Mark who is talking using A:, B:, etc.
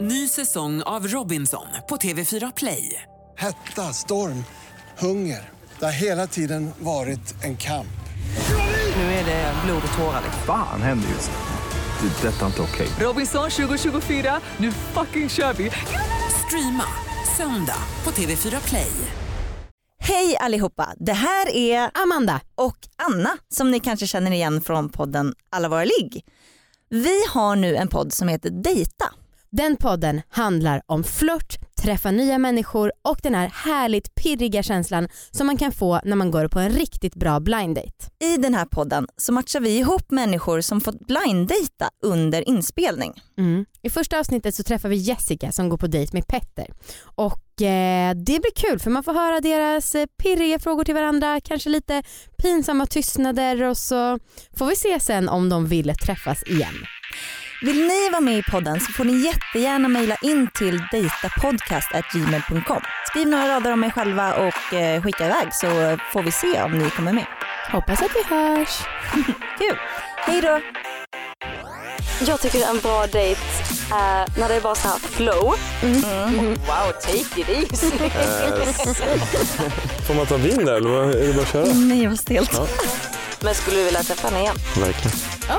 A: Ny säsong av Robinson på TV4 Play.
B: Hetta, storm, hunger. Det har hela tiden varit en kamp.
A: Nu är det Eh, blod och tårar. liksom.
C: Fan händer just nu. Det. är Detta är inte okej.
A: Robinson 2024, nu fucking kör vi! Streama söndag på TV4 Play.
D: Hej allihopa, det här är
E: Amanda.
D: och Anna som ni kanske känner igen från podden Alla våra ligg. Vi har nu en podd som heter Dejta.
E: Den podden handlar om flört, träffa nya människor och den här härligt pirriga känslan som man kan få när man går på en riktigt bra blind date.
D: I den här podden så matchar vi ihop människor som fått blinddejta under inspelning.
E: Mm. I första avsnittet så träffar vi Jessica som går på dejt med Petter. Och eh, det blir kul för man får höra deras eh, pirriga frågor till varandra, kanske lite pinsamma tystnader och så får vi se sen om de vill träffas igen.
D: Vill ni vara med i podden så får ni jättegärna mejla in till dejtapodcast.gmail.com. Skriv några rader om er själva och eh, skicka iväg så får vi se om ni kommer med.
E: Hoppas att vi hörs.
D: Kul! Hej då!
F: Jag tycker en bra dejt är när det är bara så här flow.
D: Mm.
F: Wow, take it easy.
G: Får man ta vin där eller vad- är det bara att köra?
D: Nej vad stelt.
F: Men skulle du vilja träffa henne igen?
G: Verkligen.
E: Oh,